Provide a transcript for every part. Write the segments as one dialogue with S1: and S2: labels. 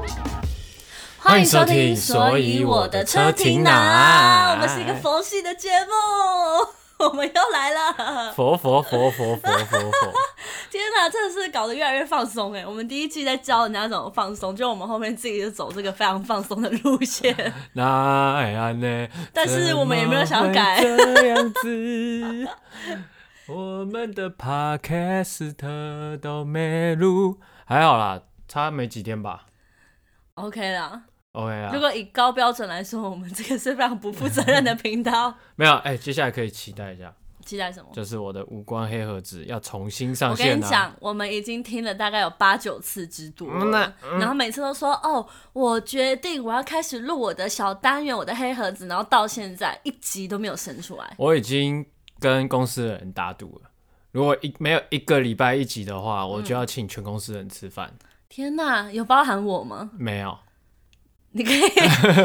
S1: 欢
S2: 欢
S1: 迎
S2: 迎
S1: 收
S2: 收
S1: 听
S2: 听，
S1: 所
S2: 所
S1: 以
S2: 以
S1: 我
S2: 我
S1: 的
S2: 的
S1: 车
S2: 车
S1: 停
S2: 停
S1: 哪
S2: 哪？
S1: 我们是一个佛系的节目，我们又来了。
S2: 佛佛佛佛佛佛佛，
S1: 天哪，真的是搞得越来越放松哎！我们第一季在教人家怎么放松，就我们后面自己就走这个非常放松的路 线。
S2: 那哎呀呢？
S1: 但是我们也没有想要改
S2: 怎么会这样子。我们的 podcast 都没录，还好啦，差没几天吧
S1: OK 啦，
S2: ，OK
S1: 如
S2: 啦。
S1: 果以高标准来说，我们这个是非常不负责任的频道。
S2: 没有，哎、接下来可以期待一下，
S1: 期待什么？
S2: 就是我的无关黑盒子要重新上
S1: 我跟
S2: 线啊
S1: 你
S2: 啦、
S1: 讲，我们已经听了大概有八九次之多
S2: 嗯那
S1: 了，然后每次都说哦，我决定我要开始录我的小单元，我的黑盒子，然后到现在一集都没有生出来。
S2: 我已经跟公司的人打赌了，如果一没有一个礼拜一集的话，我就要请全公司人吃饭。
S1: 天哪，有包含我吗？
S2: 没有，
S1: 你可以，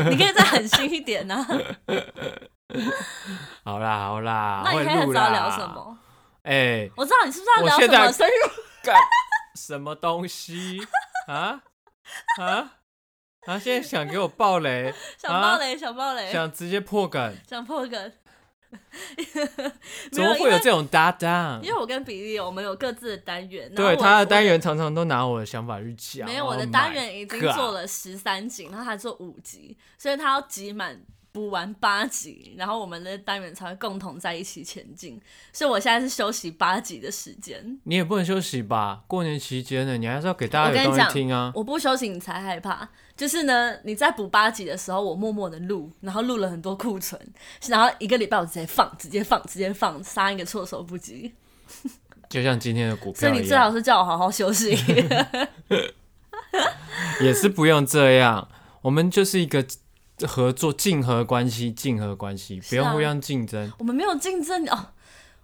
S1: 你可以再狠心一点啊 呢、
S2: 好啦好啦，
S1: 那你
S2: 会
S1: 黑盒
S2: 录
S1: 子
S2: 啦
S1: 要聊什？么？
S2: 哎、
S1: 我知道你是不是要聊
S2: 我
S1: 什
S2: 现
S1: 么
S2: 在啊
S1: 生日？
S2: 干什么东西啊啊啊！现在想给我 爆雷，
S1: 想爆雷，想爆雷，
S2: 想直接破梗，
S1: 想破梗。
S2: 怎
S1: 没
S2: 么
S1: 有，因
S2: 会有
S1: 为
S2: 这种搭档
S1: 因？为我跟比利，我们有各自的单元，然后
S2: 对
S1: 我
S2: 他
S1: 我
S2: 的单元常常都拿我的想法去讲，
S1: 没有，我
S2: Oh
S1: 的
S2: my
S1: 单元已经
S2: God
S1: 做了十三集，然后他做五集，所以他要集满补完八集，然后我们的单元才会共同在一起前进。所以我现在是休息八集的时间，
S2: 你也不能休息吧？过年期间呢，你还是要给大
S1: 我
S2: 家
S1: 跟你
S2: 有东西
S1: 讲
S2: 听啊。
S1: 我不休息你才害怕。就是呢，你在补八集的时候，我默默的录，然后录了很多库存，然后一个礼拜我直接放，直接放，直接放，杀一个措手不及。
S2: 就像今天的股
S1: 所以
S2: 票
S1: 你
S2: 一
S1: 最
S2: 样，
S1: 好是叫我好好休息。
S2: 也是不用这样。我们就是一个合作竞合关系，竞合关系，不
S1: 是啊
S2: 用互相竞争。
S1: 我们没有竞争哦，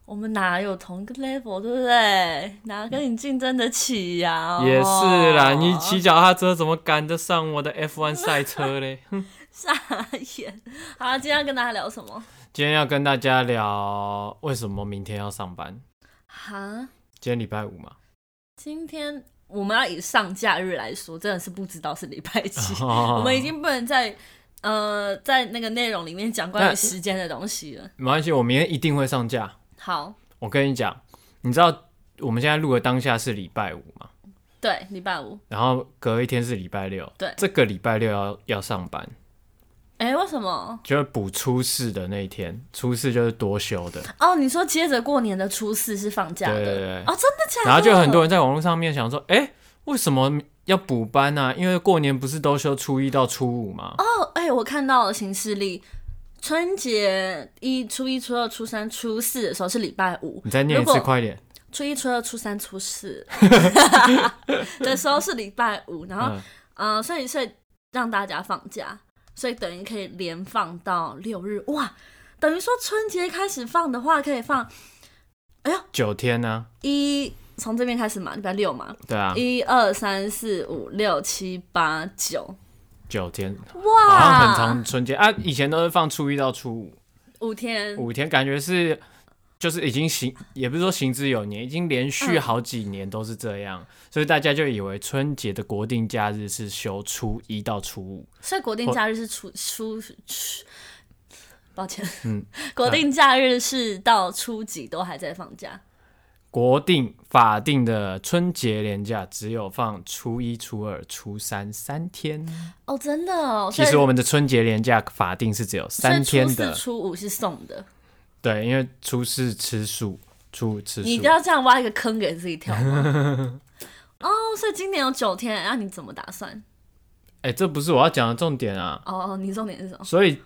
S1: 我们哪有同一个 level，对不对？哪跟你竞争得起呀、
S2: 也是啦，
S1: 哦
S2: 你骑脚踏车怎么赶得上我的 F1 赛车嘞？
S1: 傻眼。好了，今天要跟大家聊什么？
S2: 今天要跟大家聊为什么明天要上班。
S1: 哈，
S2: 今天礼拜五嘛，
S1: 今天我们要以上假日来说，真的是不知道是礼拜
S2: 啊
S1: 几， 我们已经不能再呃在那个内容里面讲关于
S2: 那
S1: 时间的东西了。
S2: 没关系，我明天一定会上架。
S1: 好，
S2: 我跟你讲，你知道我们现在录的当下是礼拜五嘛，
S1: 对，礼拜五。
S2: 然后隔一天是礼拜六，
S1: 对
S2: 这个礼拜六要要上班，
S1: 哎、为什么？
S2: 就是补初四的那一天，初四就是多休的，
S1: 哦，你说接着过年的初四是放假的？
S2: 对对对
S1: 哦，真的假的？
S2: 然后就有很多人在网络上面想说，哎、为什么要补班呢、啊？因为过年不是都休初一到初五吗？
S1: 哦，哎、我看到了行事历，春节一、初一、初二、初三、初四的时候是礼拜五，
S2: 你再念一
S1: 如
S2: 次，
S1: 果
S2: 快点。
S1: 初一、初二、初三、初 四 的时候是礼拜五，然后
S2: 嗯，
S1: 嗯、呃所以所以让大家放假，所以等于可以连放到六日，哇，等于说春节开始放的话，可以放
S2: 九天呢、
S1: 一从这边开始嘛，礼拜六嘛，
S2: 对啊，
S1: 一二三四五六七八九，
S2: 九天，
S1: 啊
S2: 好像很
S1: 哇
S2: 长，春节啊。以前都是放初一到初五，
S1: 五天，
S2: 五天，感觉是就是已经行，也不是说行之有年，已经连续好几年都是这样，所以大家就以为春节的国定假日是休初一到初五。
S1: 所以国定
S2: 或
S1: 假日是初初初，抱歉，
S2: 嗯
S1: 国定假日是到初几都还在放假，
S2: 国定法定的春节连假只有放初一、初二、初三三天。
S1: 哦，真的哦，
S2: 其
S1: 所以
S2: 实我们的春节连假法定是只有三天
S1: 所以初
S2: 的
S1: 四，初五是送的，
S2: 对，因为初四吃素，初五吃
S1: 你一
S2: 素
S1: 定。要这样挖一个坑给自己跳吗？ 哦，所以今年有九天，啊那、你怎么打算？
S2: 哎、这不是我要讲的重点啊。
S1: 哦，你重点是什么
S2: 所以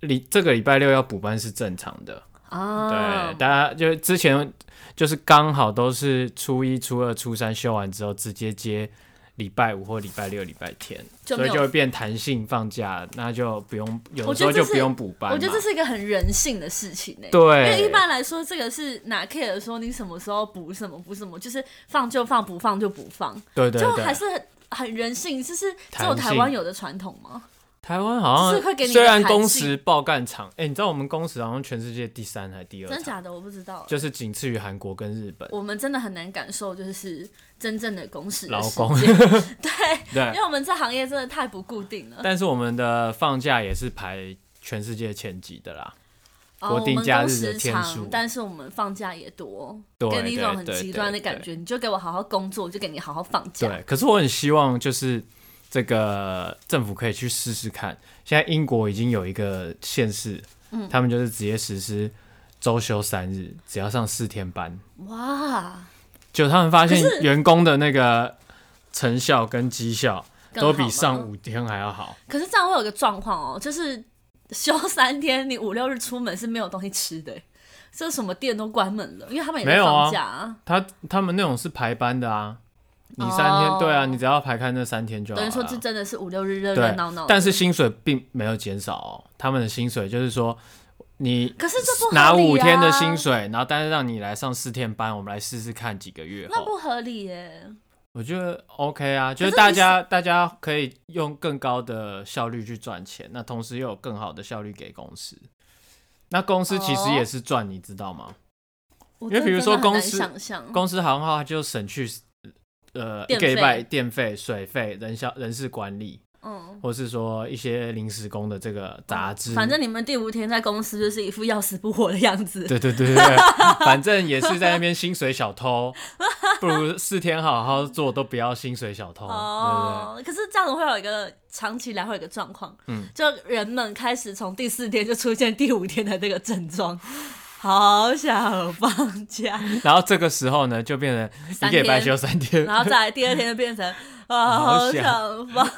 S2: 礼这个礼拜六要补班是正常的，对，
S1: 啊？
S2: 大家就之前就是刚好都是初一、初二、初三休完之后，直接接礼拜五或礼拜六、礼拜天，
S1: 就
S2: 所
S1: 没
S2: 以
S1: 有
S2: 就会变弹性放假，那就不用有
S1: 我
S2: 的时
S1: 觉得这
S2: 候就是不用补班嘛。
S1: 我觉得这是一个很人性的事情呢、欸因
S2: 对，
S1: 为一般来说，这个是哪 care 说你什么时候补什么补什么，就是放就放，不放就不放。
S2: 对对
S1: 就
S2: 对
S1: 还是很很人性，就是只
S2: 弹
S1: 有
S2: 性
S1: 台湾有的传统吗？
S2: 台湾好
S1: 就是会给
S2: 像
S1: 你
S2: 虽
S1: 一个
S2: 然
S1: 弹
S2: 工
S1: 性
S2: 时爆干长，哎、你知道我们工时好像全世界第三还是第二
S1: 真的
S2: 长，
S1: 假的？我不知道。
S2: 就是仅次于韩国跟日本。
S1: 我们真的很难感受，就是真正的工时的
S2: 劳
S1: 时
S2: 工
S1: 间 对，因
S2: 对，
S1: 为我们这行业真的太不固定 了。
S2: 但是我们的放假也是排全世界前几的啦。
S1: 哦，
S2: 国
S1: 我
S2: 定
S1: 们
S2: 假
S1: 工
S2: 日的
S1: 时
S2: 天
S1: 长
S2: 数
S1: 但是我们放假也多，
S2: 对
S1: 给你一种
S2: 对
S1: 很
S2: 对
S1: 极
S2: 对
S1: 端的感
S2: 对
S1: 觉。你就给我好好工作，我就给你好好放假。
S2: 对，可是我很希望就是这个政府可以去试试看。现在英国已经有一个县市，
S1: 嗯
S2: 他们就是直接实施周休三日，只要上四天班。
S1: 哇，
S2: 就他们发现
S1: 可是
S2: 员工的那个成效跟绩效
S1: 更
S2: 都
S1: 好
S2: 比
S1: 吗
S2: 上五天还要好。
S1: 可是这样会有个状况哦，就是休三天，你五六日出门是没有东西吃的，欸这什么店都关门了，因为他们也
S2: 没
S1: 在
S2: 有啊
S1: 放假、啊，
S2: 他他们那种是排班的啊，你三天、
S1: 哦
S2: 对啊，你只要排开那三天就好
S1: 等
S2: 了
S1: 于
S2: 啊。
S1: 说这真的是五六日热热
S2: 对
S1: 闹闹的。
S2: 但是薪水并没有减少、哦，他们的薪水就是说你
S1: 可是这不合理啊
S2: 拿五天的薪水，然后但是让你来上四天班，我们来试试看几个月
S1: 那
S2: 后，
S1: 不合理耶，
S2: 我觉得 OK 啊，就是是
S1: 你
S2: 大家大家可以用更高的效率去赚钱，那同时又有更好的效率给公司。那公司其实
S1: 哦
S2: 也是赚，你知道
S1: 嗯
S2: 吗？
S1: 我
S2: 哦因为
S1: 真的
S2: 比如说
S1: 真的很
S2: 公
S1: 难
S2: 司
S1: 想象，
S2: 公司行号就省去呃一
S1: 电
S2: 个礼
S1: 费
S2: 拜电费、水费、人效人事管理，
S1: 嗯。
S2: 或是说一些临时工的这个杂志，
S1: 哦反正你们第五天在公司就是一副要死不活的样子，
S2: 对对对对，对，反正也是在那边薪水小偷，不如四天好好做，都不要薪水小偷，对
S1: 哦，可是这样子会有一个长期来会有一个状况，
S2: 嗯
S1: 就人们开始从第四天就出现第五天的这个症状， 好想放假，
S2: 不对？然后这个时候呢，就变成 一个礼拜休三天。
S1: 然后再来第二天就变成啊，
S2: 好
S1: 好
S2: 想
S1: 想放。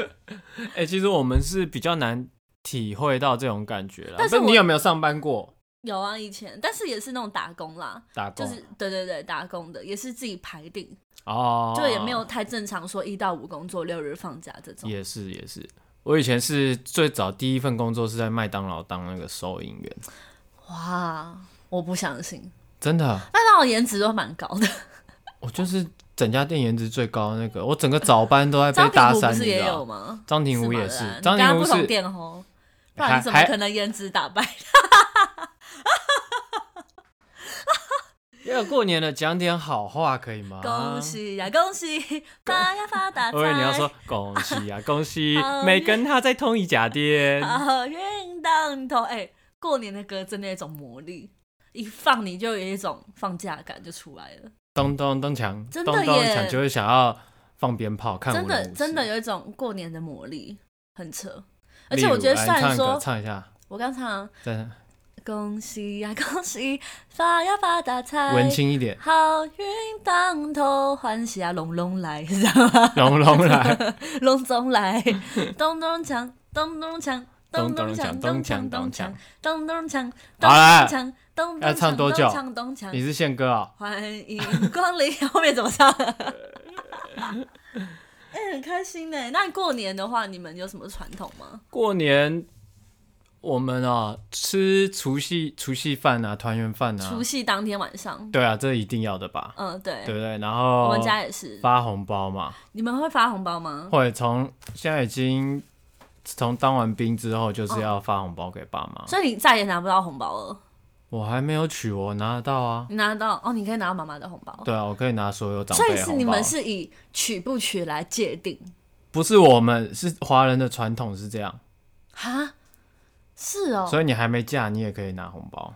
S2: 哎、其实我们是比较难体会到这种感觉了。
S1: 但是
S2: 不你
S1: 我
S2: 有没有上班过
S1: 有啊，以前，但是也是那种打工啦，
S2: 打工？
S1: 就是对对对，打工的也是自己排定，
S2: 哦，
S1: 就也没有太正常说一到五工作，六日放假这种。
S2: 也是也是，我以前是最早第一份工作是在麦当劳当那个收银员，
S1: 哇，我不相信，
S2: 真的，啊
S1: 麦当劳颜值都蛮高的，
S2: 我就是整家店颜值最高的那个，我整个早班都在
S1: 张
S2: 被
S1: 品
S2: 搭
S1: 如
S2: 讪，
S1: 不
S2: 你
S1: 是
S2: 知
S1: 也
S2: 道
S1: 有？吗？
S2: 张庭武也
S1: 是嘛对啊
S2: 是，张
S1: 你跟他
S2: 庭武
S1: 不同
S2: 是
S1: 店吼，不然
S2: 还
S1: 你怎么
S2: 还
S1: 可能颜值打败？
S2: 要过年了，讲点好话可以吗？
S1: 恭！喜呀，恭喜发呀发大财！
S2: 啊 我以为你要说恭喜啊，恭喜
S1: 好
S2: 没跟他在同一家店。
S1: 好运当头。哎、过年的歌真的有一种魔力，一放你就有一种放假感就出来了，
S2: 咚咚咚锵，
S1: 真
S2: 咚
S1: 的
S2: 咚
S1: 耶
S2: 锵，就会想要放鞭炮，看
S1: 真
S2: 舞
S1: 的
S2: 龙舞
S1: 真的
S2: 狮。
S1: 有一种过年的魔力，很扯。而
S2: 例
S1: 且我
S2: 如
S1: 觉得，
S2: 来
S1: 虽
S2: 你唱
S1: 然
S2: 一个
S1: 说
S2: 唱一下，
S1: 我刚唱
S2: 再
S1: 恭喜呀恭喜发呀发大财，，
S2: 文青一点
S1: 好运当头，欢喜啊隆隆来， 是这样吗？
S2: 龙龙来，
S1: 隆总 来，咚咚锵，咚咚锵，
S2: 咚
S1: 咚
S2: 咚
S1: 咚
S2: 锵
S1: 锵，
S2: 咚
S1: 咚
S2: 锵
S1: 锵，
S2: 咚
S1: 咚
S2: 锵
S1: 锵，。咚咚锵，咚咚锵，咚
S2: 好啦要
S1: 咚
S2: 唱
S1: 锵
S2: 多
S1: 咚
S2: 久
S1: 锵咚锵
S2: 你是宪哥哦，
S1: 欢迎光临，后面怎么唱？哎、很开心呢。那过年的话，你们有什么传统吗？
S2: 过年我们啊吃除夕除夕饭啊，团圆饭啊
S1: 除，夕当天晚上，
S2: 对啊，这一定要的吧，
S1: 嗯，对，
S2: 对不哦对？然后
S1: 我们家也是。
S2: 发红包嘛，
S1: 你们会发红包吗？
S2: 会从现在已经从当完兵之后，就是要发红包给爸妈。
S1: 所以你再也拿不到红包了。
S2: 我还没有娶，我拿得到啊。
S1: 你拿得到哦，你可以拿到妈妈的红包。
S2: 对啊，我可以拿所有长
S1: 哦所
S2: 辈
S1: 以
S2: 的
S1: 是
S2: 红
S1: 你
S2: 包
S1: 们。是以娶不娶来界定
S2: 不是我们是华人的传统是这样，
S1: 哈，是哦，
S2: 所以你还没嫁，你也可以拿红包。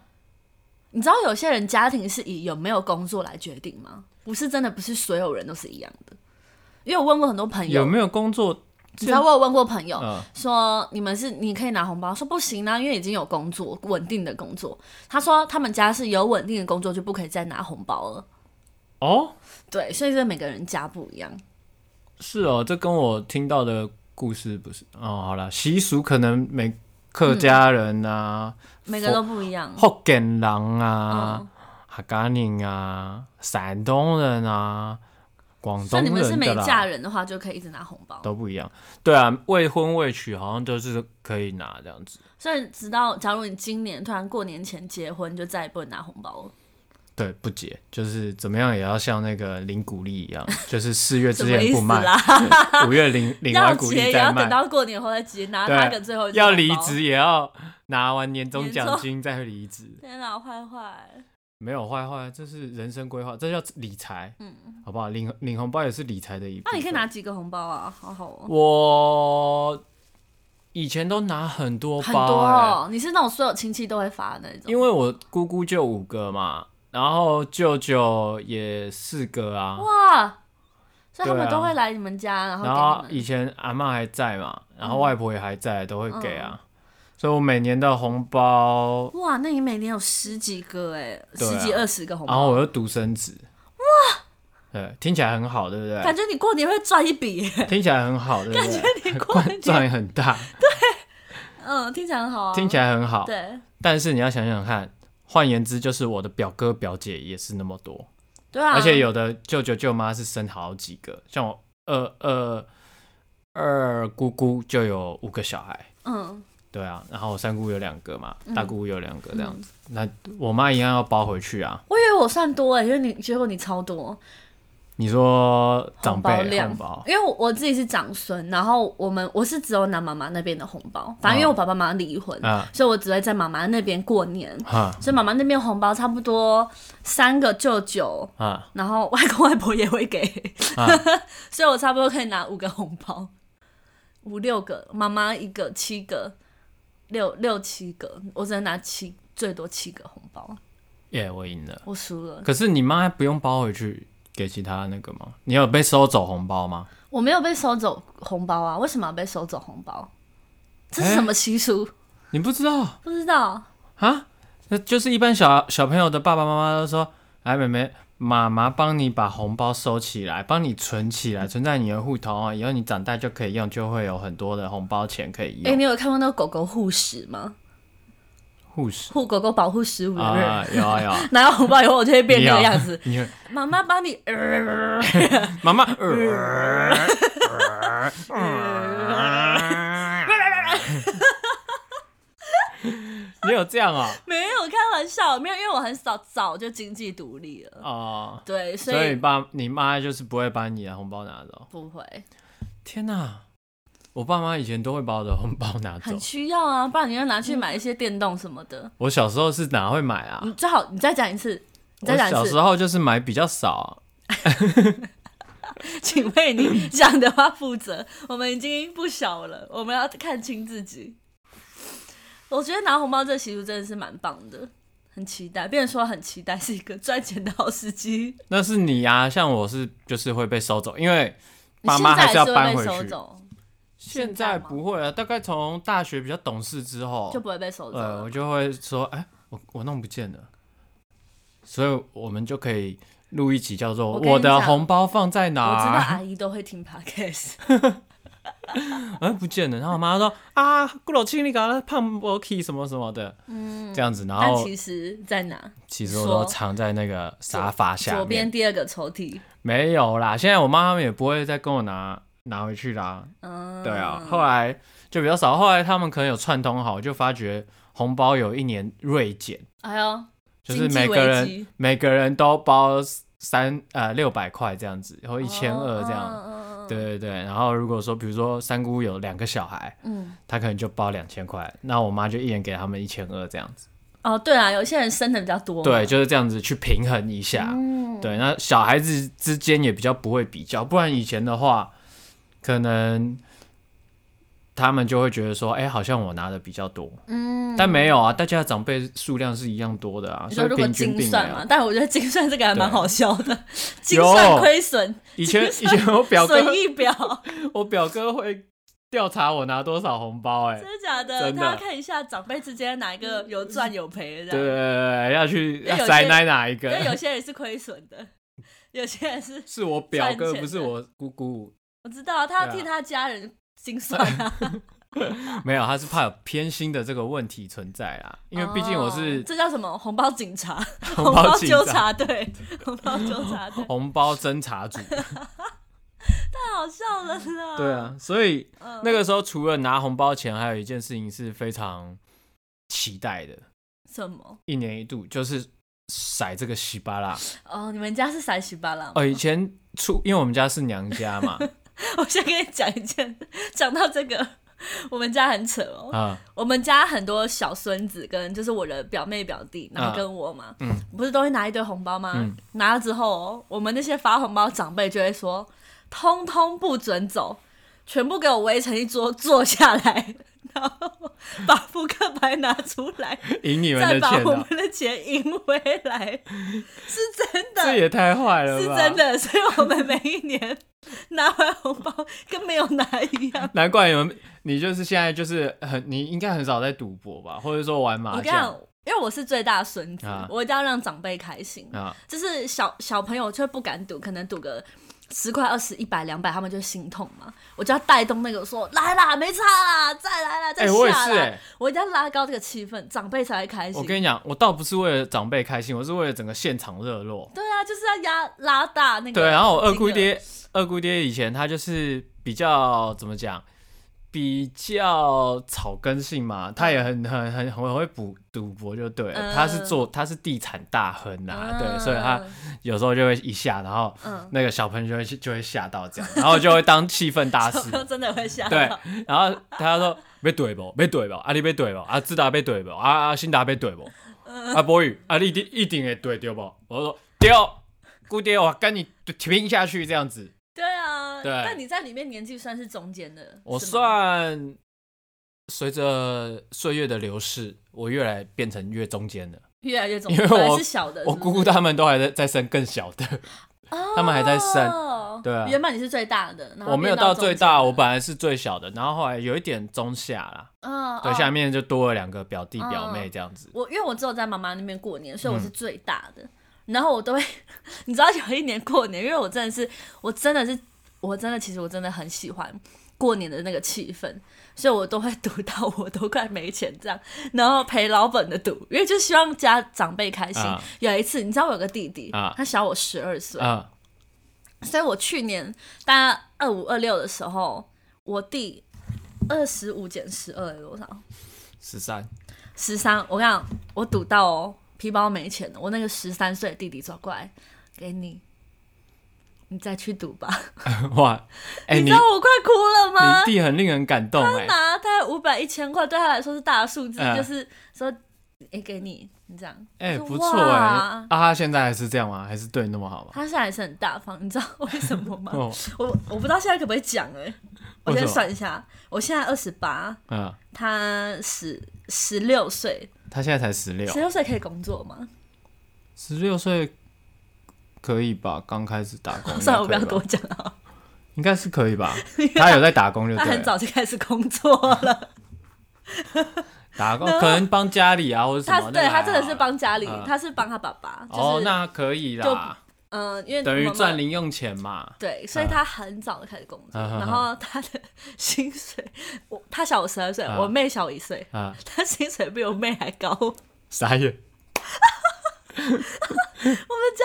S1: 你知道有些人家庭是以有没有工作来决定吗？不是真的，不是所有人都是一样的。因为我问过很多朋友，
S2: 有没有工作？
S1: 你知道我有问过朋友、
S2: 嗯
S1: 说你们是你可以拿红包，说不行啊，因为已经有工作稳定的工作。他说他们家是有稳定的工作就不可以再拿红包了。
S2: 哦，
S1: 对，所以这每个人家不一样。
S2: 是哦，这跟我听到的故事不是哦。好了，习俗可能每客家人啊、
S1: 每个都不一样，
S2: 福建人啊、
S1: 嗯
S2: 客家人啊、山东人啊、广
S1: 所
S2: 东
S1: 以你
S2: 人
S1: 们是没
S2: 的
S1: 嫁
S2: 啦，
S1: 人的话就可以一直拿红包，
S2: 都不一样。对啊，未婚未娶好像都是可以拿这样子。
S1: 所以直到假如你今年突然过年前结婚，就再也不能拿红包了。
S2: 对不解，就是怎么样也要像那个零鼓励一样， 就是四月之
S1: 什么
S2: 前
S1: 意
S2: 不
S1: 思
S2: 卖，
S1: 啦？
S2: 五月 领领
S1: 要
S2: 完鼓
S1: 结
S2: 励
S1: 也
S2: 再
S1: 要等
S2: 卖，
S1: 到过年后再结，拿
S2: 对啊
S1: 他个最后一次
S2: 要
S1: 红
S2: 离
S1: 包。
S2: 职也要拿完年终
S1: 年
S2: 奖
S1: 终
S2: 金再离职，
S1: 天哪，坏坏，
S2: 没有坏坏，这是人生规划，这叫理财，
S1: 嗯，
S2: 好不好？领领红包也是理财的一部
S1: 那、
S2: 分。
S1: 你可以拿几个红包啊？好好哦，
S2: 我以前都拿很多包、欸啊
S1: 很多哦。你是那种所有亲戚都会发的那种？
S2: 因为我姑姑就五个嘛，然后舅舅也四个啊，
S1: 哇，所以他
S2: 对
S1: 们
S2: 啊
S1: 都会来你们嗯家，然后
S2: 然后
S1: 给你
S2: 以
S1: 们。
S2: 前阿嬷还在嘛，然后外婆也还在，都会给
S1: 嗯
S2: 啊，所以我每年的红包，
S1: 哇，那你每年有十几个哎，
S2: 对啊
S1: 十几二十个红
S2: 然
S1: 包，
S2: 后我又独生子，哇，对，听起来很好，对不
S1: 感
S2: 对？
S1: 觉你过年会赚一笔 耶。
S2: 听起来很好，对不
S1: 感觉
S2: 对？
S1: 你过年，
S2: 赚很 大，
S1: 嗯，听起来很好啊。
S2: 听起来很好，
S1: 对
S2: 但是你要想想看，换言之，就是我的表哥表姐也是那么多，
S1: 对啊，
S2: 而且有的舅舅舅妈是生好几个，像我二二二姑姑就有五个小孩，
S1: 嗯
S2: 对啊，然后我三姑有两个嘛，大姑有两个这
S1: 嗯
S2: 样子，那我妈一样要包回去啊。
S1: 我以为我算多哎，因为你结果你超多，
S2: 你说长辈
S1: 红包量
S2: 红包，
S1: 因为我我自己是长孙，然后我们我是只有拿妈妈那边的红包，反正因为我爸爸妈妈离婚，
S2: 嗯
S1: 所以我只会在妈妈那边过年，
S2: 哈
S1: 所以妈妈那边红包差不多三个舅舅，
S2: 啊
S1: 然后外公外婆也会给，
S2: 啊
S1: 所以我差不多可以拿五个红包，五六个，妈妈一个，七个，六六七个，我只能拿七，最多七个红包，
S2: 耶，我赢了。
S1: 我输了，
S2: 可是你妈不用包回去给其他那个吗？你有被收走红包吗？
S1: 我没有被收走红包啊，为什么要被收走红包？这是什么习俗？
S2: 你不知道？
S1: 不知道。
S2: 啊，那就是一般小小朋友的爸爸妈妈都说，来，妹妹，妈妈帮你把红包收起来，帮你存起来，存在你的户头啊，以后你长大就可以用，就会有很多的红包钱可以
S1: 哎、
S2: 用。
S1: 你有看过那个狗狗护食吗？
S2: 护士
S1: 护狗狗保护食物的人。
S2: 啊，有啊有啊，
S1: 拿到红包以后，我就会变那个样子。
S2: 你有
S1: 妈妈帮你，呃，
S2: 妈妈，呃你有这样啊？
S1: 没有开玩笑，没有，因为我很早早就经济独立了，
S2: 哦，
S1: 对，所
S2: 所
S1: 以
S2: 以你爸你妈就是不会把你的红包拿走。
S1: 不会
S2: 天哪、我爸妈以前都会把我的红包拿走
S1: 很。需要啊，不然你就拿去买一些电动什么的。
S2: 我小时候是哪会买啊
S1: 你？最好你再讲一次，你嗯
S2: 我
S1: 再讲
S2: 小
S1: 一
S2: 时
S1: 次，
S2: 候就是买比较少
S1: 请为你讲的话负责。我们已经不小了， 我们要看清自己。我觉得拿红包这个习俗真的是蛮棒的，很期待。别人说很期待是一个赚钱的好时机，
S2: 啊，那是你啊，像我是就是会被收走，因为
S1: 你
S2: 爸
S1: 现
S2: 妈
S1: 在
S2: 还是要
S1: 会
S2: 搬
S1: 被
S2: 回
S1: 收
S2: 去。
S1: 走，
S2: 现
S1: 现在
S2: 在
S1: 吗
S2: 不会了，啊大概从大学比较懂事之后
S1: 就，不会被收走
S2: 呃，
S1: 了。
S2: 我就会说，哎、我我弄不见了，所以我们就可以录一集叫做
S1: 我
S2: 《
S1: 跟你
S2: 我的
S1: 讲
S2: 红包放在
S1: 我知道
S2: 哪
S1: 阿姨都会听 podcast，》，
S2: 哎，不见了。然后我妈说啊，顾老七，你搞了胖不 k 什么什么的，
S1: 嗯，
S2: 这样子。然
S1: 但
S2: 后
S1: 其实在哪？
S2: 其实我都
S1: 说
S2: 藏在那个沙发下
S1: 左边
S2: 面。
S1: 第二个抽屉。
S2: 没有啦，现在我妈他们也不会再跟我拿拿回去啦。
S1: 嗯，
S2: 对啊，后来就比较少，后来他们可能有串通好，就发觉红包有一年锐减，
S1: 哎呦，
S2: 就
S1: 经
S2: 是
S1: 济
S2: 每个
S1: 危
S2: 人
S1: 机
S2: 每个人都包三呃六百块这样子，然后一千二这样。
S1: 样，
S2: 对对对，然后如果说比如说三姑有两个小孩，
S1: 嗯，
S2: 她可能就包两千块，那我妈就一人给他们一千二这样子。
S1: 哦，对啊，有些人生的比较多，嗯
S2: 对，，就是这样子去平衡一下。对，那小孩子之间也比较不会比较，不然以前的话，可能他们就会觉得说，哎、好像我拿的比较多，
S1: 嗯，
S2: 但没有啊，大家的长辈数量是一样多的啊，
S1: 你
S2: 所
S1: 说
S2: 以
S1: 如果
S2: 平均
S1: 精
S2: 并没
S1: 算嘛
S2: 有。，
S1: 但我觉得精算这个还蛮
S2: 对
S1: 好笑的，精
S2: 有
S1: 算亏损，
S2: 以前以
S1: 精
S2: 前我 表哥
S1: 损益 表，
S2: 我表哥会调查我拿多少红包、哎，
S1: 真的假的？
S2: 真的
S1: 他要看一下长辈之间哪一个有赚有赔的，
S2: 对对
S1: 这样，
S2: 对对对，要去
S1: 因为有
S2: 要
S1: 些
S2: 塞奶哪一
S1: 因为有
S2: 个？
S1: 些人是亏损 的，有些人是
S2: 是我表
S1: 赚
S2: 哥，
S1: 钱
S2: 不是
S1: 的
S2: 我姑姑，
S1: 我知道，他要
S2: 对啊
S1: 替他家人精算啊，
S2: 没有，他是怕有偏心的这个问题存在啊， 因为毕竟我是
S1: 哦 这叫什么红包警察，
S2: 红
S1: 红
S2: 包
S1: 包
S2: 警
S1: 纠察
S2: 察
S1: 队，红包纠察队，
S2: 红包侦查组，
S1: 嗯太好笑了啦！
S2: 对啊，所以
S1: 嗯，
S2: 那个时候除了拿红包钱，还有一件事情是非常期待的，
S1: 什么？
S2: 一年一度就是甩这个西巴拉。
S1: 哦，你们家是塞西巴拉吗？
S2: 哦，以前出，因为我们家是娘家嘛，
S1: 我先跟你讲一件，讲到这个， 我们家很扯哦。
S2: 啊，
S1: 我们家很多小孙子跟就是我的表妹表弟，然后跟我嘛，
S2: 嗯
S1: 不是都会拿一堆红包吗？
S2: 嗯
S1: 拿了之后、哦，我们那些发红包的长辈就会说，通通不准走，全部给我围成一桌坐下来， 然后把扑克牌拿出来，
S2: 赢你们
S1: 再
S2: 的
S1: 把
S2: 钱
S1: 我
S2: 啊
S1: 们，的钱赢回来，是真的，
S2: 这也太坏了
S1: 是
S2: 吧！
S1: 真，的，所以我们每一年 拿完红包跟没有拿一样。
S2: 难怪你们，你就是现在就是很，你应该很少在赌博吧，或者说
S1: 我
S2: 玩 麻
S1: 跟你讲
S2: 将，
S1: 因为我是最大孙子，
S2: 啊
S1: 我一定要让长辈开心。
S2: 啊？
S1: 就是小小朋友却不敢赌，可能赌个十块、二十、一百、两百，他们就心痛嘛。我就要带动那个说来啦，没差啦，再来啦，再
S2: 哎、
S1: 下啦。
S2: 我也是哎、
S1: 我一定要拉高这个气氛，长辈才会开
S2: 我
S1: 心。
S2: 跟你讲，我倒不是为了长辈开心，我是为了整个现场热络。
S1: 对啊，就是要压拉大那个金额。
S2: 对，然后我二姑爹，二姑爹以前他就是比较怎么讲，比较草根性嘛，他也很很很很会赌赌博就对了。
S1: 嗯
S2: 他是做他是地产大亨啊，
S1: 嗯
S2: 对，所以他有时候就会一下，然后
S1: 嗯，
S2: 那个小朋友就会就会吓到这样，然后就会当气氛大
S1: 小
S2: 师
S1: 朋。友真的会吓
S2: 对
S1: 到。，
S2: 然后他说被怼不，被怼不，啊你被怼不，啊志达被怼不，啊啊新达被怼不，啊博宇，啊你一定一定会怼对不？我说对，姑爹我跟你拼下去这样子，
S1: 对啊，
S2: 对
S1: 但你在里面年纪算是中间的，
S2: 我
S1: 是吗
S2: 算随着岁月的流逝，我越来变成越中间了。
S1: 越来越中，
S2: 因为
S1: 本来
S2: 我
S1: 是小的，
S2: 我
S1: 是不
S2: 姑姑
S1: 是
S2: 他们都还在在生更小 的，他们还在生
S1: 哦
S2: 对啊
S1: 原本你是最大的，然后
S2: 我没有
S1: 啊变到
S2: 到
S1: 中
S2: 最
S1: 间
S2: 大，
S1: 了
S2: 我本来是最小的，然后后来有一点中下啦，
S1: 嗯
S2: 对，
S1: 哦
S2: 下面就多了两个表弟表妹
S1: 嗯
S2: 这样子。
S1: 我因为我只有在妈妈那边过年，所以
S2: 嗯
S1: 我是最大的。然后我都会， 你知道有一年过年，因为我真的是，我真的是，我真的其实我真的很喜欢过年的那个气氛，所以我都会赌到我都快没钱这样，然后赔老本的赌，因为就希望家长辈开心。
S2: 啊
S1: 有一次，你知道我有个弟弟，
S2: 啊
S1: 他小我十二岁，
S2: 嗯，
S1: 所以我去年大概二五二六的时候，我弟二十五减十二有多少？
S2: 十三，
S1: 十三，我跟你讲，我赌到哦，皮包没钱了。我那个十三岁的弟弟走过来，给你，你再去赌吧。
S2: 哇，哎、
S1: 你
S2: 你
S1: 知道我快哭了吗
S2: 你？弟很令人感动哎、
S1: 拿大概五百一千块，对他来说是大数字，
S2: 嗯
S1: 就是说，哎、给你，你这样，
S2: 哎、
S1: 我说
S2: 不错哎、啊
S1: 哇，
S2: 他现在还是这样吗？还是对你那么好吗？
S1: 他现在还是很大方，你知道为什么吗？
S2: 哦，
S1: 我我不知道现在可不可以讲哎、我
S2: 为
S1: 先
S2: 什么
S1: 算一下，我现在二十八，
S2: 嗯，
S1: 他十十六岁，
S2: 他现在才十六
S1: 十，六岁可以工作吗？
S2: 十六岁可以吧？刚开始打工，
S1: 算了，我不
S2: 应该
S1: 要
S2: 可以吧
S1: 多，讲好了。
S2: 应该是可 以吧？他有在打工就
S1: 他
S2: 对
S1: 很
S2: 了，
S1: 早就开始工作了，
S2: 打 工可能帮家里啊或者什
S1: 他
S2: 么，
S1: 对
S2: 那个还
S1: 他
S2: 好
S1: 真的是帮家里
S2: 嗯，
S1: 他是帮他爸爸，就是
S2: 哦，那可以啦，
S1: 嗯，因为
S2: 等于
S1: 妈妈
S2: 赚零啊用钱嘛，
S1: 对，所以他很早就开始工作，
S2: 嗯
S1: 然后他的薪水，我他小我十二岁，
S2: 嗯
S1: 我妹小我一岁，
S2: 啊，
S1: 他薪水比我妹还高， 我们
S2: 傻眼，
S1: 家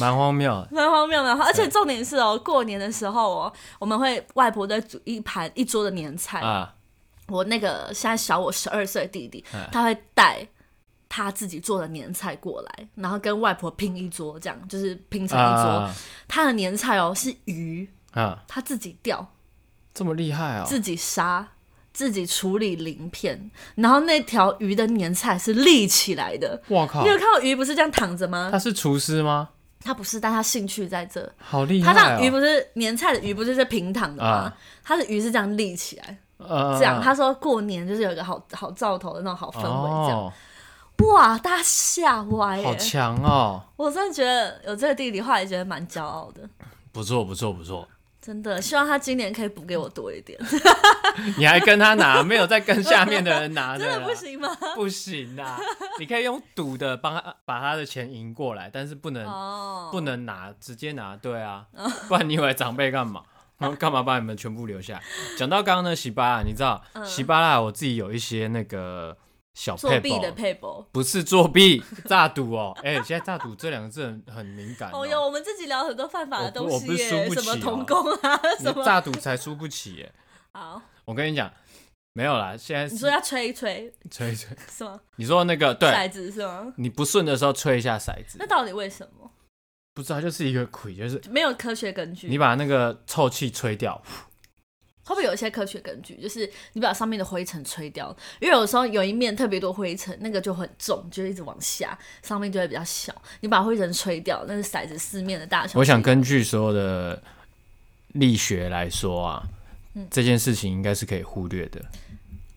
S2: 蛮荒谬的，
S1: 蛮荒谬的。而且重点是哦，过年的时候哦，我们会外婆在煮一盘一桌的年菜，
S2: 啊，
S1: 我那个现在小我十二岁的弟弟
S2: 嗯，
S1: 他会带他自己做的年菜过来，然后跟外婆拼一桌，这样就是拼成一桌。
S2: 啊
S1: 他的年菜哦是鱼，
S2: 啊，
S1: 他自己钓、
S2: 这么厉害哦，
S1: 自己杀、自己处理鳞片，然后那条鱼的年菜是立起来的。
S2: 我靠
S1: 你，有看到鱼不是这样躺着吗？
S2: 他是厨师吗？
S1: 他不是，但他兴趣在这。
S2: 好厉害
S1: 他
S2: 哦，
S1: 那鱼不是年菜的鱼不是是平躺的吗
S2: 啊？
S1: 他的鱼是这样立起来，
S2: 呃
S1: 这样。他说过年就是有一个好好兆头的那种好氛围，这样。哎
S2: 哦，
S1: 哇，大家吓歪
S2: 好
S1: 耶！
S2: 强哦，
S1: 我真的觉得有这个弟弟，后来觉得蛮骄傲的，
S2: 不错不错不错，
S1: 真的。希望他今年可以补给我多一点，
S2: 你还跟他拿，没有再跟下面的人拿
S1: 真的
S2: 啦
S1: 不行吗？
S2: 不行啊！你可以用赌的帮他把他的钱赢过来，但是不能、
S1: 哦，
S2: 不能拿，直接拿，对啊，不然你以为长辈 干嘛？然后干嘛把你们全部留下来？讲到刚刚的喜巴啊拉，你知道、喜巴拉我自己有一些那个
S1: 嗯
S2: 小哦
S1: 作
S2: 配
S1: 弊的 paper。
S2: 不是作弊， 诈赌哦。哎、现在诈赌这两个字很很敏感、哦。
S1: 哦哟，我们自己聊很多犯法的东
S2: 我不
S1: 西
S2: 我
S1: 耶，
S2: 不是输不
S1: 啊
S2: 起
S1: 什
S2: 哦
S1: 么童工啊，什
S2: 你
S1: 么
S2: 诈赌才输不起耶、
S1: 好
S2: 我跟你讲，没有啦，现在
S1: 你说要吹一吹
S2: 吹一吹。
S1: 是吗？
S2: 你说那个对，
S1: 骰子是吗？
S2: 你不顺的时候吹一下骰子
S1: 那，到底为什么？
S2: 不知道就是一个鬼，就是
S1: 没有科学根据。
S2: 你把那个臭气吹掉，
S1: 会不会有一些科学根据？就是你把上面的灰尘吹掉，因为有时候有一面特别多灰尘，那个就很重，就一直往下，上面就会比较小。你把灰尘吹掉，那是骰子四面的大小。
S2: 我想根据所有的力学来说啊，
S1: 嗯
S2: 这件事情应该是可以忽略的。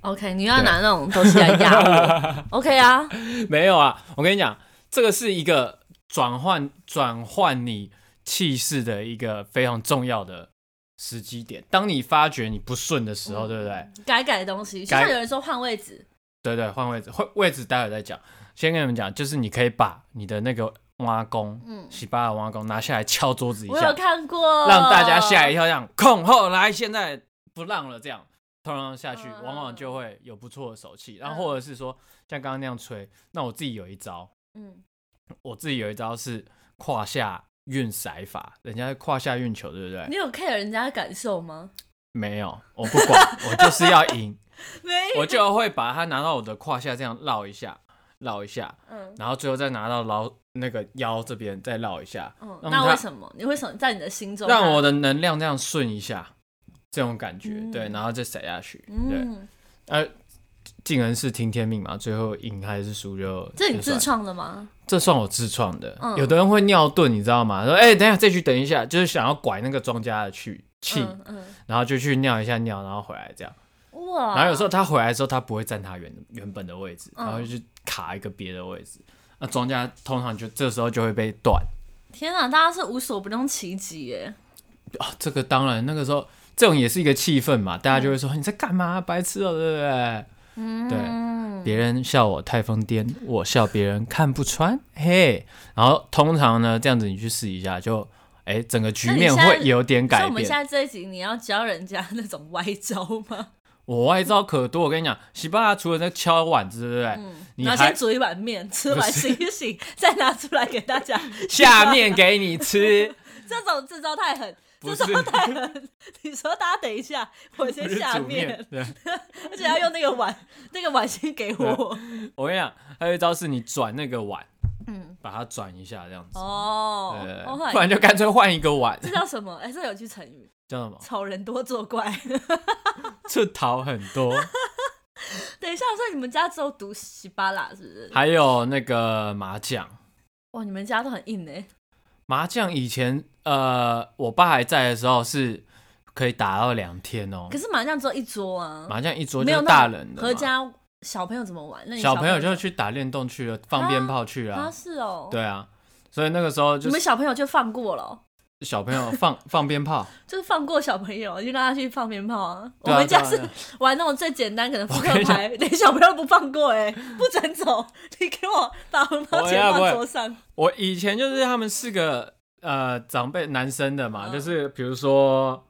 S1: OK，你要拿那种东西来压我，OK 啊？
S2: 没 有啊，我跟你讲，这个是一个转换转换你气势的一个非常重要的时机点。当你发觉你不顺的
S1: 嗯
S2: 时候，对不对？
S1: 改改东西，就
S2: 改
S1: 像有人说换位置，
S2: 对对，换位置，换位置，待会再讲。先跟你们讲，就是你可以把你的那个挖工，嗯，洗巴的挖工拿下来敲桌子一
S1: 我有
S2: 下，
S1: 看过，
S2: 让大家吓一跳，这样控后来，现在不让了，这样通通下去，
S1: 嗯
S2: 往往就会有不错的手气。然后或者是说，像刚刚那样吹，那我自己有一招，
S1: 嗯，
S2: 我自己有一招是胯下运骰法，人家胯下运球，对不对？
S1: 你有 care 人家的感受吗？
S2: 没有，我不管，我就是要 赢，
S1: 没
S2: 我就会把它拿到我的胯下这样绕一下，绕一下，
S1: 嗯
S2: 然后最后再拿到捞那个腰这边再绕一下，
S1: 嗯，
S2: 让
S1: 那
S2: 它
S1: 为什么？你为什么在你的心中？
S2: 让我的能量这样顺一下，这种感觉，
S1: 嗯
S2: 对，然后再甩下去，对，
S1: 嗯，
S2: 呃，尽人事听天命嘛，最后赢还是输就
S1: 这你
S2: 就算
S1: 自创的吗？
S2: 这算我自创的。
S1: 嗯
S2: 有的人会尿遁，你知道吗？说哎、等一下这局等一下，就是想要拐那个庄家的去气，
S1: 嗯嗯，
S2: 然后就去尿一下尿，然后回来这样。
S1: 哇，
S2: 然后有时候他回来的时候，他不会站他原原本的位置，
S1: 嗯
S2: 然后就去卡一个别的位置。那庄家通常就这时候就会被断。
S1: 天啊，大家是无所不用其极耶！
S2: 哦，这个当然那个时候这种也是一个气氛嘛，大家就会说、你在干嘛，白痴哦、对不对？
S1: 嗯，
S2: 别人笑我太疯癫，我笑别人看不穿，嘿。然后通常呢，这样子你去试一下，就哎、整个局面
S1: 那你现在
S2: 会有点
S1: 所以
S2: 改
S1: 我们
S2: 变
S1: 现。在这一集，你要教人家那种歪招吗？
S2: 我外招可多，我跟你讲，洗巴拉除了在敲碗之，对不对？你
S1: 嗯然后先
S2: 还
S1: 煮一碗面，吃完醒一醒，再拿出来给大家。
S2: 下面给你吃，
S1: 这种这招太狠，
S2: 不
S1: 这
S2: 是
S1: 招太狠。你说大家等一下，我 先下
S2: 煮面
S1: 面，。
S2: 对，
S1: 而且要用那个碗，那个碗先给我。
S2: 我跟你讲，还有一招是你转那个碗，
S1: 嗯，
S2: 把它转一下这样子，
S1: 哦
S2: 呃，
S1: 哦，后
S2: 不
S1: 来
S2: 然就干脆换一个碗，
S1: 这叫什么？哎，这有句成语，
S2: 叫什么？
S1: 丑人多作怪。
S2: 这桃很多，
S1: 等一下，所以你们家只有读喜巴拉是不是？
S2: 还有那个麻将。
S1: 哇，你们家都很硬哎。
S2: 麻将以前，呃，我爸还在的时候是可以打到两天哦
S1: 可。是麻将只有一桌啊，
S2: 麻将一桌
S1: 没有
S2: 就是
S1: 那
S2: 大人的嘛
S1: 合家小朋友怎么玩？那你
S2: 小
S1: 朋
S2: 朋友就去打电动去了，放鞭炮去了
S1: 啊
S2: 啊。
S1: 是哦，，
S2: 对啊，所以那个时候
S1: 你
S2: 就
S1: 们
S2: 是
S1: 小朋友就放过了哦，
S2: 小朋友放 放鞭炮。
S1: 就是放过小朋友，就让他去放鞭炮啊。我
S2: 对啊
S1: 们家
S2: 对啊
S1: 是
S2: 对啊
S1: 玩那种最简单，可能扑
S2: 我
S1: 克
S2: 跟你讲
S1: 牌，连小朋友都不放过哎，不准走， 你给我把红包钱
S2: 我也不会
S1: 放桌上。
S2: 我以前就是他们四个呃长辈男生的嘛，
S1: 嗯
S2: 就是比如说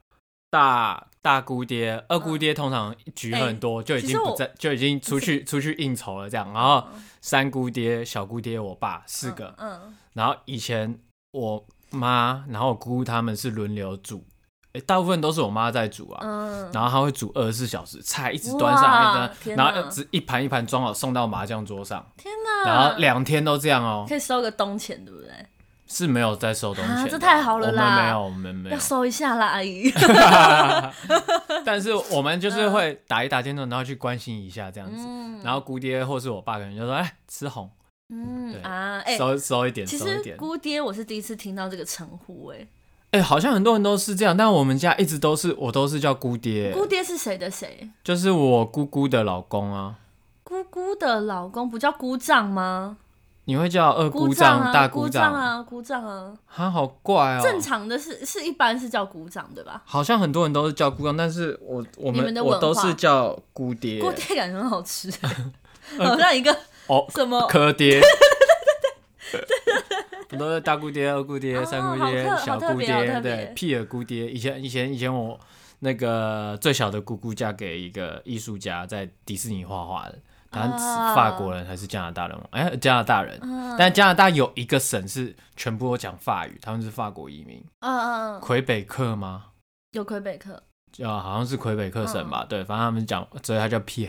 S2: 大大姑爹、二姑爹，通常局很多、就已
S1: 哎其
S2: 经
S1: 实我
S2: 不在，就已经出去出去应酬了这样。然后三姑爹、小姑爹、我爸四个，
S1: 嗯，
S2: 然后以前我妈，然后我姑姑他们是轮流煮，诶，大部分都是我妈在煮啊。
S1: 嗯嗯，
S2: 然后她会煮二十四小时，菜一直端上来，
S1: 哇
S2: 一直
S1: 天
S2: 端，然
S1: 哪嗯
S2: 后只一盘一盘装好送到麻将桌上，
S1: 天哪，
S2: 然后两天都这样哦，
S1: 可以收个东钱，对不对？
S2: 是没有在收东西、
S1: 啊这太好了啦
S2: 我们没有，我们没 有
S1: 要。收一下啦，阿姨。
S2: 但是我们就是会打一打电动，然后去关心一下这样子。
S1: 嗯
S2: 然后姑爹或是我爸可能就说：“哎，吃红，对
S1: 嗯啊，哎，
S2: 收收一点，
S1: 其
S2: 收一
S1: 实
S2: 点。
S1: 姑爹我是第一次听到这个称呼哎。”
S2: 哎，好像很多人都是这样，但我们家一直都是我都是叫姑爹，
S1: 姑爹是谁的谁？
S2: 就是我姑姑的老公啊。
S1: 姑姑的老公不叫姑丈吗？
S2: 你会叫二姑
S1: 丈啊，
S2: 大
S1: 姑丈，
S2: 丈
S1: 啊，姑丈啊。
S2: 啊，好怪哦。
S1: 正常的是是一般是叫姑丈对吧？
S2: 好像很多人都是叫姑丈，但是我我
S1: 你
S2: 们
S1: 们的
S2: 我
S1: 文化
S2: 都是叫姑爹，
S1: 姑爹感觉很好 吃，好像一个
S2: 哦，
S1: 什么
S2: 柯爹。 很多大姑爹、二姑爹、
S1: 哦
S2: 三姑爹、
S1: 好特
S2: 小
S1: 好
S2: 姑
S1: 特别好
S2: 爹，
S1: 特别
S2: 对，屁儿姑爹。以前以前以前我那个最小的姑姑嫁给一个艺术家，在迪士尼画画的，他是
S1: 啊
S2: 法国人还是加拿大人？哎、加拿大人。
S1: 哦嗯
S2: 但加拿大有一个省是全部都讲法语，他们是法国移民，
S1: 嗯嗯嗯，
S2: 魁北克吗？
S1: 有魁北克
S2: 叫好像是魁北克省
S1: 嗯
S2: 吧，对，反正他们讲，所以它叫皮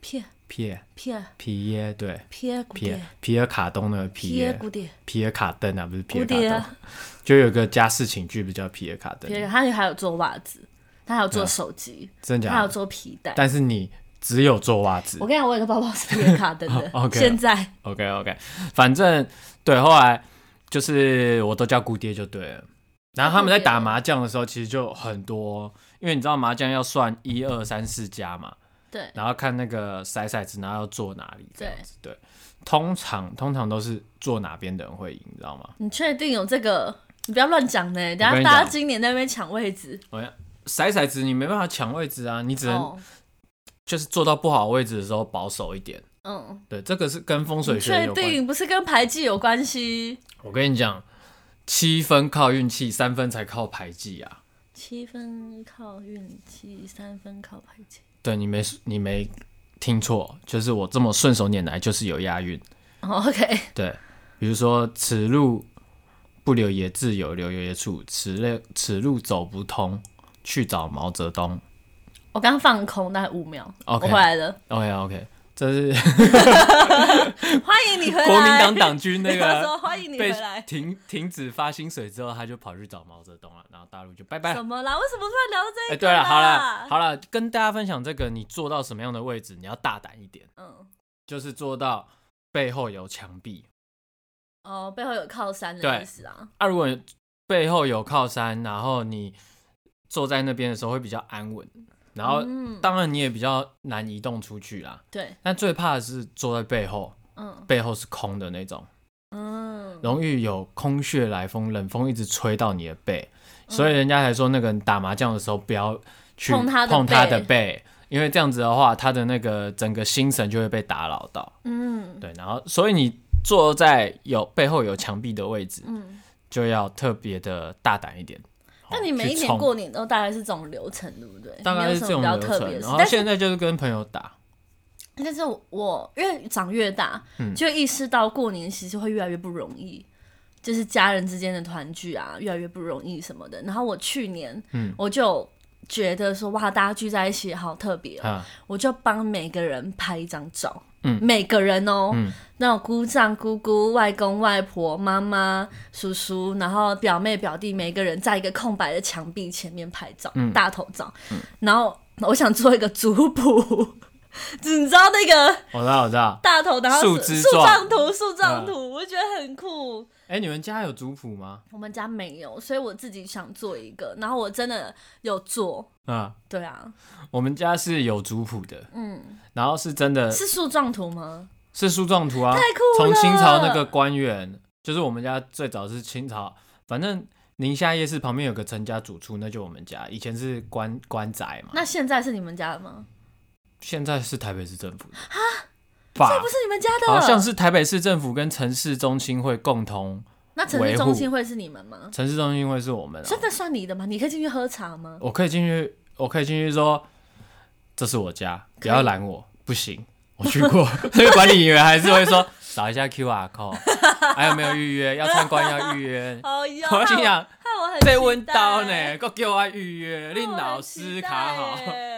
S1: 撇
S2: 皮
S1: 撇
S2: 皮耶，对，
S1: 撇蝴
S2: 皮
S1: 蝶，
S2: 皮尔卡东的皮
S1: 撇
S2: 耶，
S1: 蝴蝶，
S2: 皮尔卡登啊，不是皮
S1: 蝴
S2: 尔卡
S1: 蝶
S2: 登，
S1: 啊，
S2: 就有个家事情剧不叫皮尔卡登，
S1: 撇，他还有做袜子，他还有做
S2: 对啊
S1: 手机，
S2: 真的
S1: 他还
S2: 假
S1: 有
S2: 的？
S1: 做皮带。
S2: 但是你只有做袜子
S1: 我跟你讲，我有个包包是皮卡登 的，
S2: 哦 OK
S1: 现在
S2: ，OK OK，反正对，后来就是我都叫姑爹就对了。然后他们在打麻将的时候，其实就很多，因为你知道麻将要算一二三四家嘛，
S1: 对
S2: 然后看那个骰骰子，然后要坐哪里这
S1: 对
S2: 样子。对，通常通常都是坐哪边的人会赢，你知道吗？
S1: 你确定有这个？你不要乱讲呢，等
S2: 我
S1: 下
S2: 跟你
S1: 大家
S2: 讲
S1: 今年在那边抢位置，
S2: 骰骰子你没办法抢位置啊，你只能
S1: 哦，
S2: 就是坐到不好位置的时候保守一点。
S1: 嗯，
S2: 对，这个是跟风水
S1: 你
S2: 学
S1: 确
S2: 有关。
S1: 定不是跟牌技有关系？
S2: 我跟你讲，七分靠运气，三分才靠牌技啊。
S1: 七分靠运气，三分靠牌技。
S2: 对你没你没听错，就是我这么顺手拈来，就是有押韵。
S1: 哦 OK，
S2: 对，比如说此路不留爷自有留爷处，此路此路走不通，去找毛泽东。
S1: 我刚放空大概五秒
S2: OK
S1: 我回来了，
S2: OK OK，这是
S1: 欢迎你回 来。
S2: 国民党党军那
S1: 我说
S2: 个
S1: 欢迎你回
S2: 被
S1: 来。
S2: 停停止发薪水之后，他就跑去找毛泽东了，然后大陆就拜拜
S1: 怎
S2: 了。
S1: 么啦？为什么突然聊到这一
S2: 哎、
S1: 个？
S2: 对了，好了，，好了，跟大家分享这个，你坐到什么样的位置，你要大胆一点，
S1: 嗯，
S2: 就是坐到背后有墙壁，
S1: 哦，背后有靠山的
S2: 对
S1: 意思啊。
S2: 啊，如果背后有靠山，然后你坐在那边的时候会比较安稳，然后
S1: 嗯，
S2: 当然你也比较难移动出去啦。
S1: 对，
S2: 但最怕的是坐在背后，
S1: 嗯
S2: 背后是空的那种，
S1: 嗯，
S2: 容易有空穴来风，冷风一直吹到你的背，所以人家才说那个人打麻将的时候不要去
S1: 嗯碰他的
S2: 碰他的
S1: 背
S2: 背，因为这样子的话，他的那个整个心神就会被打扰到。
S1: 嗯
S2: 对，然后所以你坐在有背后有墙壁的位置，
S1: 嗯。
S2: 就要特别的大胆一点。
S1: 那
S2: 哦
S1: 你每一
S2: 去
S1: 年
S2: 冲
S1: 过年都大概是这种流程，对不对？
S2: 大概是这种
S1: 没有
S2: 流
S1: 什么比较特
S2: 程，
S1: 别的
S2: 然
S1: 事。
S2: 后
S1: 但是
S2: 现在就是跟朋友打，
S1: 但是我越长越大，
S2: 嗯
S1: 就意识到过年其实会越来越不容易，就是家人之间的团聚啊，越来越不容易什么的。然后我去年，
S2: 嗯
S1: 我就觉得说哇，大家聚在一起好特别、哦，
S2: 啊，
S1: 我就帮每个人拍一张照。
S2: 嗯
S1: 每个人哦，
S2: 嗯
S1: 那种姑丈、姑姑、外公、外婆、妈妈、叔叔，然后表妹、表弟，每个人在一个空白的墙壁前面拍照，
S2: 嗯
S1: 大头照。然后我想做一个族谱，你知道那个
S2: 我知道我知道。
S1: 大头，然后
S2: 树
S1: 是
S2: 枝
S1: 树
S2: 状嗯
S1: 状图、树状图，我觉得很酷。
S2: 哎，你们家有族谱吗？
S1: 我们家没有，所以我自己想做一个，然后我真的有做。
S2: 啊，
S1: 对啊，
S2: 我们家是有族谱的，
S1: 嗯，
S2: 然后是真的
S1: 是树状图吗？
S2: 是树状图啊
S1: 太，酷了！
S2: 从清朝那个官员，就是我们家最早是清朝，反正宁夏夜市旁边有个陈家主厨，那就我们家，以前是官官宅嘛，
S1: 那现在是你们家的吗？
S2: 现在是台北市政府的啊，
S1: 这
S2: 吧
S1: 不，是你们家的，
S2: 好像。是台北市政府跟城市中心会共同
S1: 那城市
S2: 维护
S1: 中心会是你们吗？
S2: 城市中心会是我们、啊，
S1: 真的算你的吗？你可以进去喝茶吗？。
S2: 我可以进去，我可以进去说这是我家，不要拦我，不行，我去过， 所以管理员还是会说扫一下 QR code，还有没有预约？要参观要预约
S1: 哦哟，
S2: 我心
S1: 害
S2: 想
S1: 我很
S2: 这
S1: 期
S2: 温刀
S1: 待
S2: 呢，，够给我预约，
S1: 害
S2: 令
S1: 我
S2: 老
S1: 很期
S2: 师卡好
S1: 待。耶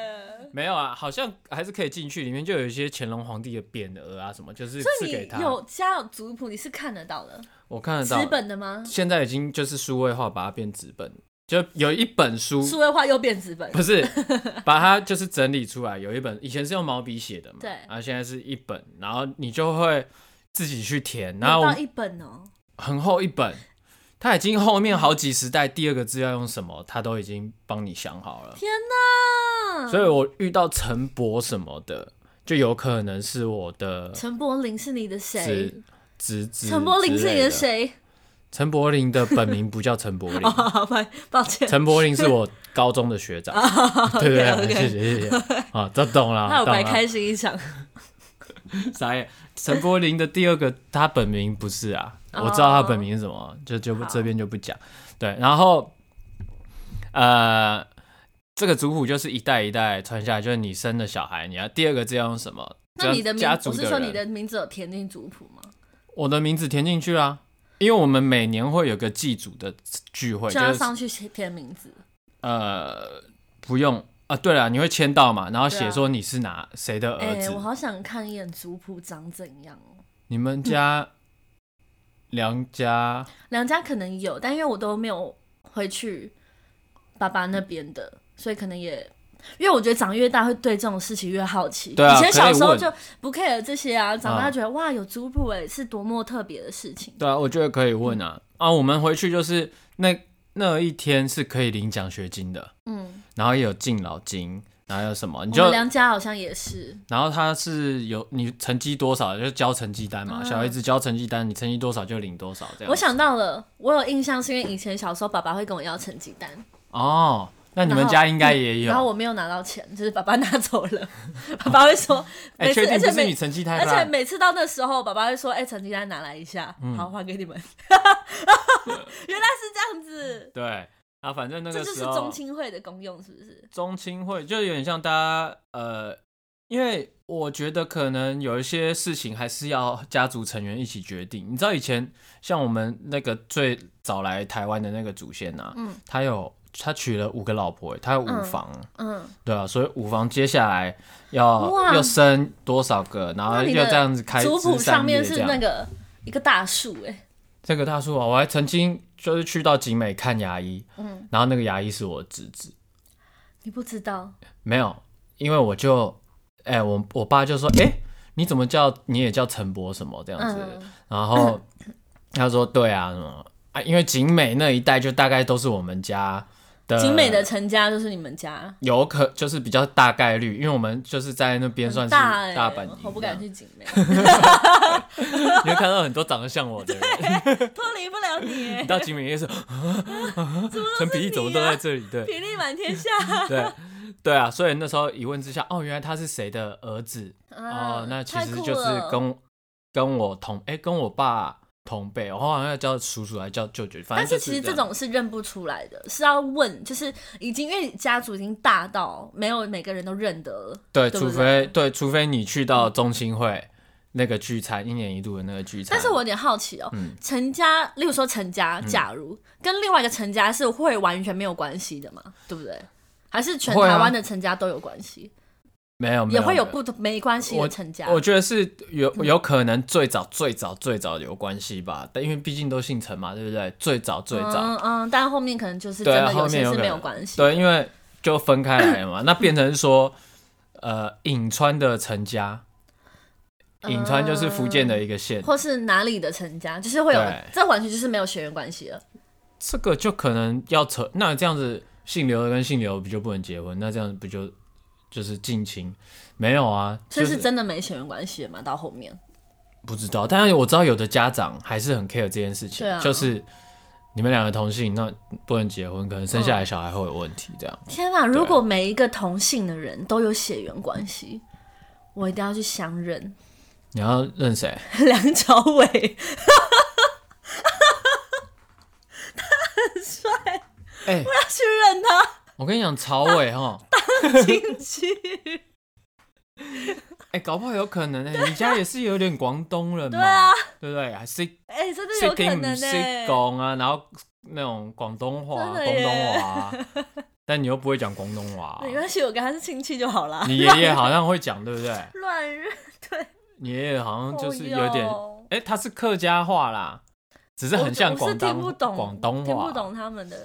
S2: 没有啊，好像还是可以进去，里面就有一些乾隆皇帝的匾额啊什么，就是
S1: 所
S2: 赐
S1: 以
S2: 给
S1: 你
S2: 他。
S1: 有家有族谱，你是看得到的，
S2: 我看得
S1: 纸
S2: 到，
S1: 本的吗？
S2: 现在已经就是数位化，把它变纸本，就有一本书，
S1: 数位化又变纸本，
S2: 不是， 把它就是整理出来，有一本以前是用毛笔写的嘛，
S1: 对
S2: 啊，现在是一本，然后你就会自己去填，然
S1: 有
S2: 后
S1: 到一本哦。
S2: 很厚一本，它已经后面好几十代第二个字要用什么，它都已经帮你想好了。
S1: 天哪！
S2: 所以我遇到陈伯什么的，就有可能是我的
S1: 陈柏霖是你的谁
S2: 侄？侄子。
S1: 陈柏霖是你的？谁？，
S2: 陈柏霖的本名不叫陈柏霖
S1: 哦好，抱抱歉，
S2: 陈柏霖是我高中的 学长。
S1: 哦
S2: 对对对，谢谢谢谢。啊，都懂了，
S1: 那我
S2: 懂
S1: 白
S2: 了
S1: 开心一场。
S2: 傻眼。陈柏霖的第二个，他本名不是啊，
S1: 哦
S2: 我知道他本名是什么，就就不
S1: 好
S2: 这边就不讲。对，然后呃，这个族谱就是一代一代传下来，就是你生的小孩，你要第二个字要用什么？
S1: 那你的名
S2: 家，
S1: 我
S2: 族
S1: 是说你
S2: 人，
S1: 的名字有填进族谱吗？
S2: 我的名字填进去啦。因为我们每年会有个祭祖的聚会，
S1: 就
S2: 就
S1: 要
S2: 是
S1: 上去填名字。
S2: 呃，不用啊。对了，你会签到嘛？然后
S1: 对
S2: 写
S1: 啊
S2: 说你是哪谁的
S1: 哎、
S2: 儿子
S1: 我。好想看一眼族谱长怎样哦。
S2: 你们家梁家
S1: 两家可能有，但因为我都没有回去爸爸那边的，所以可能也。因为我觉得长越大会对这种事情越好奇，
S2: 对啊
S1: 以前小时候
S2: 可以
S1: 就不 care 这些啊，长大
S2: 嗯
S1: 觉得、哇有族谱哎是多么特别的事情。
S2: 对啊，我觉得可以问啊、啊，我们回去就是那那一天是可以领奖学金的，
S1: 嗯，然
S2: 然后也有敬老金，然后有什么你
S1: 我
S2: 就
S1: 们，梁家好像也是，
S2: 然后他是有你成绩多少就交成绩单嘛，小孩子交成绩单，你成绩多少就领多少这
S1: 嗯
S2: 样。
S1: 我想到了，我有印象是因为以前小时候爸爸会跟我要成绩单，
S2: 哦，那你
S1: 然
S2: 们
S1: 后
S2: 家应该也
S1: 然后
S2: 有，
S1: 我没有拿到钱，就是爸爸拿走了，爸爸会说
S2: 哎、
S1: 每次
S2: 确定
S1: 而且
S2: 不是
S1: 每
S2: 你成绩单
S1: 而且
S2: 烂？嗯
S1: 每次到那时候，爸爸会说：“哎、成绩单拿来一下，好还给你 们。” 原来是这样子，
S2: 对啊，反正那
S1: 这
S2: 个
S1: 就是
S2: 时候
S1: 中青会的功用，是不是？
S2: 中青会就有点像大家呃，因为我觉得可能有一些事情还是要家族成员一起决定。你知道以前像我们那个最早来台湾的那个祖先啊，
S1: 嗯
S2: 他有他娶了五个老婆，欸他有五房，
S1: 嗯，
S2: 对啊，所以五房接下来要
S1: 哇
S2: 又生多少个，然后
S1: 那你
S2: 又
S1: 的
S2: 这样子开
S1: 族谱
S2: 枝
S1: 上
S2: 散叶
S1: 面
S2: 这
S1: 是
S2: 样。
S1: 那个一个大树、哎，
S2: 这个大叔啊，我还曾经就是去到景美看牙医，
S1: 嗯
S2: 然后那个牙医是我侄子。
S1: 你不知道，
S2: 没有，因为我就，哎、我我爸就说，哎、你怎么叫你也叫陈博什么这样子？
S1: 嗯，
S2: 然后他说，对啊，什么啊？因为景美那一带就大概都是我们家的
S1: 景美的陈家就是你们家，
S2: 有可就是比较大概率，因为我们就是在那边算
S1: 很
S2: 是
S1: 大哎、
S2: 大本营，
S1: 我不敢，去景美，啊
S2: 你会看到很多长得像我的人，
S1: 脱离不了 你、
S2: 你
S1: 哎
S2: 到景美也是，陈皮怎么
S1: 啊
S2: 都在这里， 对
S1: 品力满天下。
S2: 对对啊，所以那时候一问之下，哦，原来他是谁的儿子，
S1: 嗯
S2: 哦，那其
S1: 啊太
S2: 实
S1: 酷
S2: 就是
S1: 了
S2: 跟跟我同哎、跟我爸同辈，我好像要叫叔叔，还叫舅舅，反
S1: 但
S2: 正就是
S1: 其实
S2: 这
S1: 这
S2: 样
S1: 种是认不出来的，是要问，就是已经因为家族已经大到没有每个人都认得了。
S2: 对，
S1: 对嗯
S2: 除
S1: 不
S2: 非对，除非你去到中心会那个聚餐，一年一度的那个聚餐。
S1: 但是我有点好奇哦，
S2: 嗯
S1: 陈家，例如说陈家，假如、跟另外一个陈家是会完全没有关系的嘛，对不对？还是全
S2: 会
S1: 台
S2: 啊
S1: 湾的陈家都有关系，
S2: 没有没
S1: 也
S2: 有
S1: 会有
S2: 没
S1: 不嗯同没关系的陈家？
S2: 我觉得是有有可能最早最早最早有关系吧，但因为毕竟都姓陈嘛，对不对？最早最早，
S1: 嗯嗯，但后面可能就是真
S2: 对啊
S1: 的
S2: 后面
S1: 些
S2: 有
S1: 是
S2: 可
S1: 没有
S2: 能
S1: 关系。
S2: 对，因为就分开来了嘛，那变成说，呃，颍川的陈家，
S1: 嗯
S2: 颍川就是福建
S1: 呃
S2: 的一个县，
S1: 或是哪里的陈家，就是会有
S2: 对，
S1: 这完全就是没有血缘关系了。
S2: 这个就可能要扯，那这样子姓刘的跟姓刘不就不能结婚？那这样子不就就是近亲？没有啊，
S1: 所
S2: 就啊
S1: 以是真的没血缘关系了嘛？到后面，
S2: 不知道，但是我知道有的家长还是很 care 这件事情，
S1: 对啊
S2: 就是你们两个同性，那不能结婚，可能生下来小孩会有问题，这样、
S1: 天哪！如果每一个同性的人都有血缘关系，我一定要去相认
S2: 你要认谁？
S1: 梁朝伟。
S2: 哎、
S1: 要 去认他
S2: 我跟你讲，曹伟哈，
S1: 进 去。
S2: 哎、搞不好有可能哎、你家也是有点广东人 嘛，
S1: 对啊，
S2: 对不对？还是
S1: 哎、真的
S2: 是
S1: 有可
S2: 跟
S1: 能呢、哎欸
S2: 是讲啊，然后那种广东话、
S1: 真的
S2: 广
S1: 耶
S2: 东 话啊，但你又不会讲广东话啊、
S1: 没关系，我跟他是亲戚就好啦。
S2: 你爷爷好像会讲，对不对？
S1: 乱认，对，
S2: 你爷爷好像就是有点，哎、
S1: 哦
S2: 他是客家话啦，只是
S1: 哟
S2: 很像
S1: 我
S2: 广
S1: 是听不
S2: 东
S1: 懂
S2: 广东
S1: 听
S2: 话，啊
S1: 不懂他们的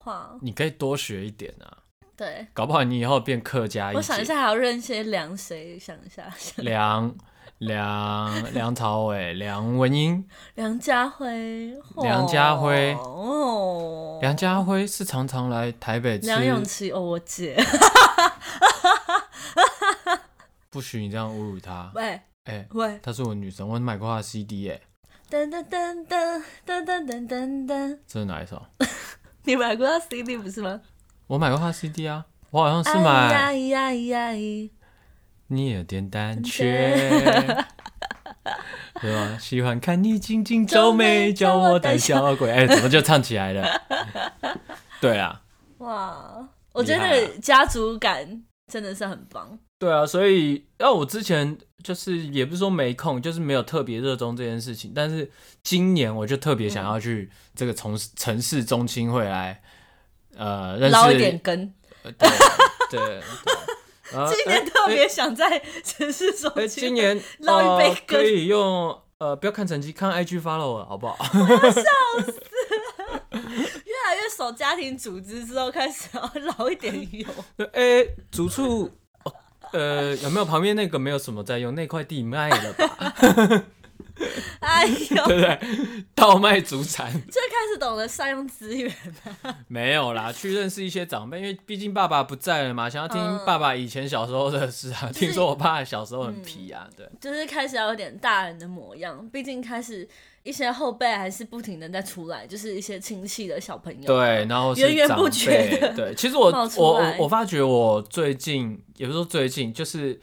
S1: 话。
S2: 你可以多学一点啊，
S1: 对，
S2: 搞不好你以后变客家一
S1: 我想一
S2: 些。
S1: 下还要认些梁谁，想一下
S2: 梁梁梁朝伟、梁文英、
S1: 梁家辉，哦
S2: 梁家辉
S1: 哦，
S2: 梁家辉是常常来台北吃，
S1: 梁咏琪哦，我姐，
S2: 不许你这样侮辱他。
S1: 喂
S2: 哎、
S1: 喂，
S2: 她是我女神，我买过她的 CD 哎、
S1: 噔噔噔噔噔噔噔噔噔，
S2: 这是哪一首？
S1: 你买过他 CD 不是吗？
S2: 我买过她的 CD 啊，我好像是
S1: 哎呀
S2: 买
S1: 呀呀哎呀！
S2: 你有点胆怯， 对吧？喜欢看你紧紧皱眉，叫我胆小 鬼。哎、怎么就唱起来了？对啊，
S1: 哇，我觉得那个家族感真的是很棒。
S2: 对啊，所以那、我之前就是也不是说没空，就是没有特别热衷这件事情。但是今年我就特别想要去这个从城市中心会来，呃，认
S1: 捞一点
S2: 识
S1: 根，
S2: 呃对对对。然后
S1: 今
S2: 哎
S1: 年特
S2: 哎
S1: 别想在城市手
S2: 哎，
S1: 机，
S2: 今年
S1: 捞一杯
S2: 呃
S1: 羹
S2: 可以用呃，不要看成绩，看 IG follow 了，好不好？
S1: 越来越守家庭组织之后，开始要捞一点 油。
S2: 哎，主处，哦呃，有没有旁边那个没有什么在用那块地卖了吧？
S1: 哎呦，就
S2: 对不对？倒卖祖产
S1: 开始懂得善用资源。
S2: 没有啦，去认识一些长辈，因为毕竟爸爸不在了嘛，想要听
S1: 嗯
S2: 爸爸以前小时候的事啊。听说我爸小时候很皮啊，对。
S1: 就是开始要有点大人的模样，毕竟开始一些后辈还是不停的在出来，就是一些亲戚的小朋友，
S2: 对，然后是
S1: 源源
S2: 长
S1: 不绝
S2: 辈
S1: 的
S2: 对，其实我
S1: 冒出
S2: 我我
S1: 来
S2: 我发觉我最近，也不是说最近，就是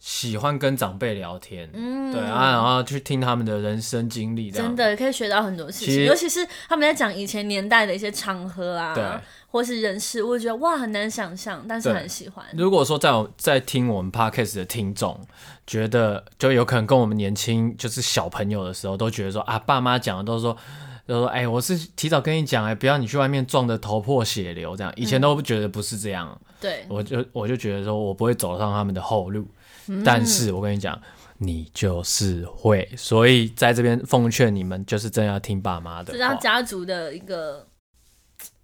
S2: 喜欢跟长辈聊天，
S1: 嗯
S2: 对啊，然后去听他们的人生经历，这样
S1: 真。的可以学到很多事
S2: 其实
S1: 情，尤其是他们在讲以前年代的一些场合
S2: 对
S1: 啊，或是人事，我觉得哇很难想象，但是
S2: 对
S1: 很喜欢。
S2: 如果说在我在听我们 podcast 的听众，觉得就有可能跟我们年轻就是小朋友的时候，都觉得说啊，爸妈讲的都说。都说哎、我是提早跟你讲哎、不要你去外面撞得头破血
S1: 嗯
S2: 流这样，以前都不觉得不是这样，
S1: 对，
S2: 我就我就觉得说我不会走上他们的后路，但是我跟你讲，你就是会，所以在这边奉劝你们，就是真的要听爸妈的
S1: 这让
S2: 话，
S1: 家族的一个，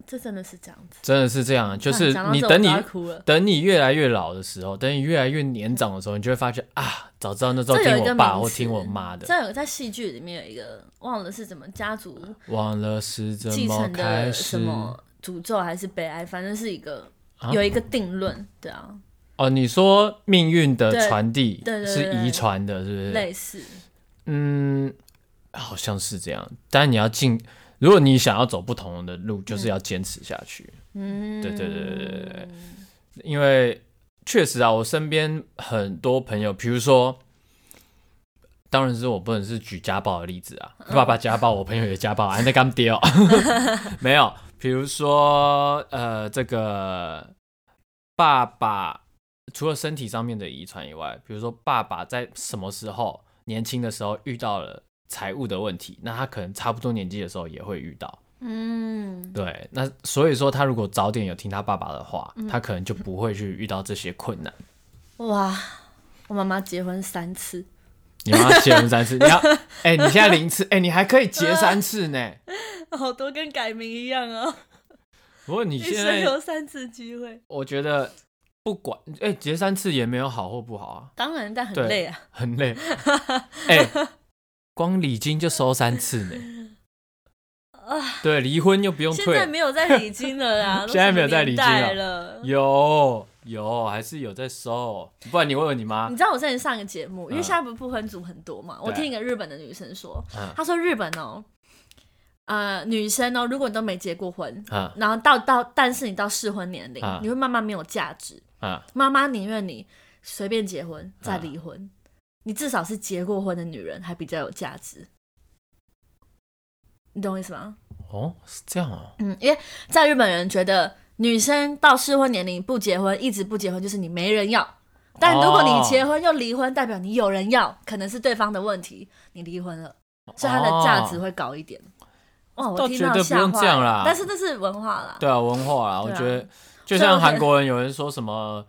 S1: 这真的是这样子，
S2: 真的是这样，就是
S1: 嗯讲到
S2: 你
S1: 这
S2: 等你
S1: 我都要哭了。
S2: 等你越来越老的时候，等你越来越年长的时候，你就会发现啊，早知道那时候
S1: 这
S2: 听
S1: 有一
S2: 我
S1: 个
S2: 爸
S1: 名
S2: 或
S1: 词
S2: 听我妈的，
S1: 这有在戏剧里面有一个忘了是怎么家族
S2: 忘了是怎
S1: 继
S2: 么
S1: 承
S2: 开
S1: 的
S2: 始
S1: 什么诅咒还是悲哀，反正是一个、
S2: 啊
S1: 有一个定论，对啊，
S2: 哦。你说命运的
S1: 对
S2: 传递
S1: 对对
S2: 是
S1: 对
S2: 遗传的，是不是？
S1: 类似
S2: 嗯，好像是这样。但你要进，如果你想要走不同的路，就是要坚持下去。
S1: 嗯，
S2: 对对对对对对，因为确实啊，我身边很多朋友，比如说，当然是我不能是举家暴的例子啊，爸爸家暴，我朋友也家暴，啊，那干掉没有？比如说，呃，这个爸爸除了身体上面的遗传以外，比如说爸爸在什么时候年轻的时候遇到了财务的问题，那他可能差不多年纪的时候也会遇到。
S1: 嗯，
S2: 对，那所以说他如果早点有听他爸爸的话，
S1: 嗯
S2: 他可能就不会去遇到这些困难。
S1: 哇，我妈妈结婚三次，
S2: 你要结婚三次，你要哎、你现在零次，哎、你还可以结三次呢。
S1: 好多跟改名一样啊，
S2: 不 过你
S1: 一
S2: 现
S1: 生
S2: 在，
S1: 有三次机会，
S2: 我觉得不管哎、结三次也没有好或不好啊，
S1: 当然但很
S2: 对
S1: 累啊，
S2: 很累。哎、光礼金就收三次呢。对，离婚又不用
S1: 啊现
S2: 退
S1: 在，没有在礼金了 啦，
S2: 现在没有在礼金了
S1: 了了。
S2: 有有还是有在收，不然你问问你妈
S1: 你，知道我之前上一个节目，因为
S2: 嗯
S1: 现在不是不婚族很多嘛，我
S2: 对
S1: 听一个日本的女生说
S2: 嗯，
S1: 她说日本哦，呃，女生哦，如果你都没结过婚，
S2: 啊
S1: 然后到到，但是你到适婚年龄
S2: 嗯，
S1: 你会慢慢没有价值，
S2: 啊，
S1: 妈妈宁愿你随便结婚再离婚，
S2: 啊
S1: 你至少是结过婚的女人还比较有价值。你懂我意思吗？
S2: 哦，是这样哦，
S1: 嗯，因为在日本人觉得女生到适婚年龄不结婚，一直不结婚就是你没人要。但如果你结婚又离婚，代表你有人要，可能是对方的问题，你离婚了，所以它的价值
S2: 哦
S1: 会高一点。哇，
S2: 倒
S1: 我听
S2: 觉
S1: 到
S2: 得不
S1: 吓
S2: 用这
S1: 坏
S2: 样啦
S1: 了，但是那是文化啦。
S2: 对啊，文化啦，我
S1: 对啊
S2: 觉得就
S1: 所以我
S2: 像
S1: 觉得
S2: 韩国人有人说什么，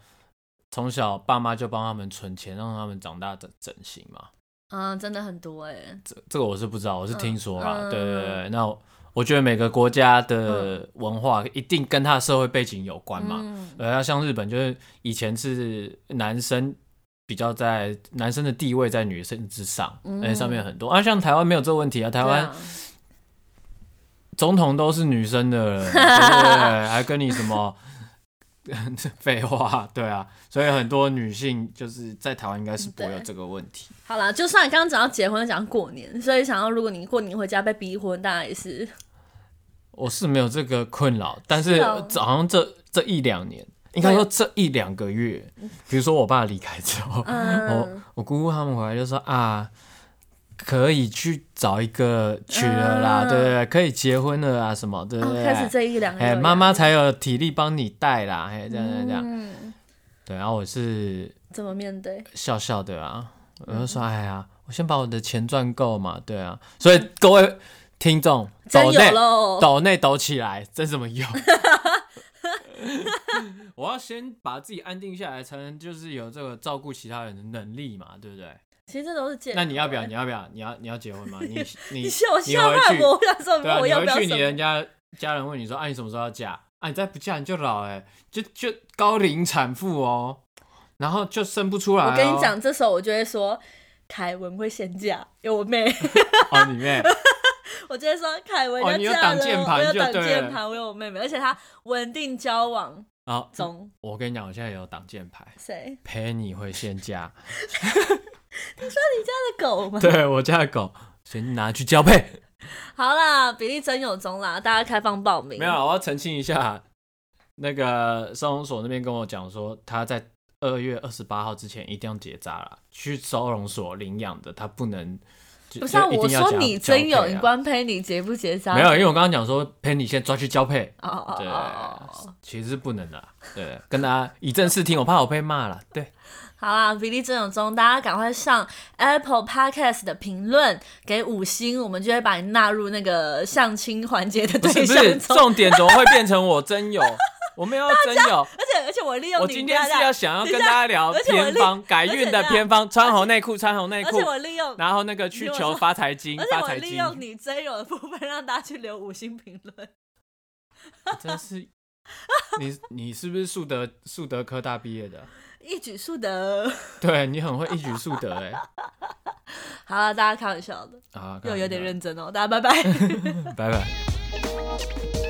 S2: 从小爸妈就帮他们存钱，让他们长大整整形嘛，
S1: 嗯，真的很多哎、
S2: 这这个我是不知道，我是听说啦。
S1: 嗯嗯
S2: 对对对，那我我觉得每个国家的文化一定跟他的社会背景有关嘛。
S1: 嗯，
S2: 呃，那像日本就是以前是男生。比较在男生的地位在女生之上，
S1: 嗯
S2: 而且上面很多啊，像台湾没有这个问题啊，台湾
S1: 对啊
S2: 总统都是女生的 了，对不对？还跟你什么 废话？对啊，所以很多女性就是在台湾应该是不会有这个问题。
S1: 好啦，就算刚刚讲到结婚，讲到过年，所以想要如果你过年回家被逼婚，当然也是
S2: 我是没有这个困扰，但是
S1: 是哦
S2: 好像这这一两年，应该说这一两个月，比如说我爸离开之后，
S1: 嗯
S2: 我我姑姑他们回来就说啊。可以去找一个娶了啦，
S1: 嗯
S2: 对不对？可以结婚了啊，什么，对不
S1: 哦
S2: 对？
S1: 开始这一两个
S2: 哎，
S1: 有
S2: 妈妈
S1: 压力
S2: 才有体力帮你带啦，哎，这样这样这样。
S1: 嗯，
S2: 对，然后我是
S1: 怎么面对？
S2: 笑笑的啊，我就
S1: 嗯
S2: 说，哎呀，我先把我的钱赚够嘛，对啊，所以各位听众，
S1: 真
S2: 抖内
S1: 有喽，
S2: 抖内抖起来，真什么用？ 我要先把自己安定下来，才能就是有这个照顾其他人的能力嘛，对不对？
S1: 其实这都是借口。
S2: 那你要不要？你要不要？你要你要结婚吗？ 你你
S1: 啊你笑我
S2: 你
S1: 吓
S2: 回
S1: 坏
S2: 去
S1: 我，我想说
S2: 对啊，
S1: 我要
S2: 你
S1: 不要
S2: 回去
S1: 什
S2: 你
S1: 么？
S2: 人家家人问你说，啊，你什么时候要嫁？啊，你再不嫁你就老哎、就就高龄产妇哦，然后就生不出来、哦。
S1: 我跟你，讲，这时候我就会说。凯文会先嫁，有我妹，
S2: 哦，你妹，
S1: 我就会说凯文
S2: 哦
S1: 要
S2: 你有
S1: 嫁
S2: 挡
S1: 了，
S2: 箭
S1: 我
S2: 牌
S1: 有
S2: 就
S1: 挡
S2: 对
S1: 箭
S2: 了
S1: 盘，我有我妹妹，而且她稳定交往
S2: 然后
S1: 中，
S2: 我跟你讲，我现在有挡箭牌
S1: 谁？
S2: ，Penny 会先嫁，
S1: 那狗吗？
S2: 对我家的狗先拿去交配。
S1: 好啦，比例真有中啦，大家开放报名。
S2: 没有啦，我要澄清一下，那个收容所那边跟我讲说，他在二月二十八号之前一定要结扎啦，去收容所领养的，他不能。就
S1: 不是、啊、
S2: 就一定
S1: 我
S2: 要
S1: 说
S2: 交
S1: 你
S2: 交
S1: 真有，
S2: 配
S1: 你
S2: 啊
S1: 关佩你结不结扎？
S2: 没有，因为我刚刚讲说陪你先抓去交配，
S1: 哦哦
S2: 对，
S1: 哦哦。
S2: 其实是不能的啊，对，跟大家以正视听，我怕我被骂了，对，
S1: 好啦，比例真有中，大家赶快上 Apple Podcast 的评论给五星，我们就会把你纳入那个相亲环节的
S2: 不是
S1: 对
S2: 不
S1: 象
S2: 是，
S1: 中。
S2: 重点怎么会变成我 真有？我没有要真有，
S1: 而且而且我利用
S2: 我
S1: 你
S2: 今天是
S1: 大家
S2: 要想要
S1: 等一
S2: 跟
S1: 下
S2: 大家聊
S1: 而且我另
S2: 偏方改
S1: 而且
S2: 运的
S1: 等一下
S2: 偏方，穿红内裤，穿红内
S1: 而
S2: 裤
S1: 且，我利用。
S2: 然后那个
S1: 你
S2: 去
S1: 听我
S2: 求
S1: 说
S2: 发财金，
S1: 而且
S2: 发
S1: 我
S2: 财
S1: 利
S2: 金，
S1: 用你真有的部分，让大家去留五星评论。
S2: 真是。你你是不是树德树德科大毕业的？
S1: 一举数得。
S2: 对你很会一举数得哎、欸、
S1: 好 了，大家开玩笑的，
S2: 啊！
S1: 又有点
S2: 认。
S1: 认真哦，大家拜拜。
S2: 拜拜。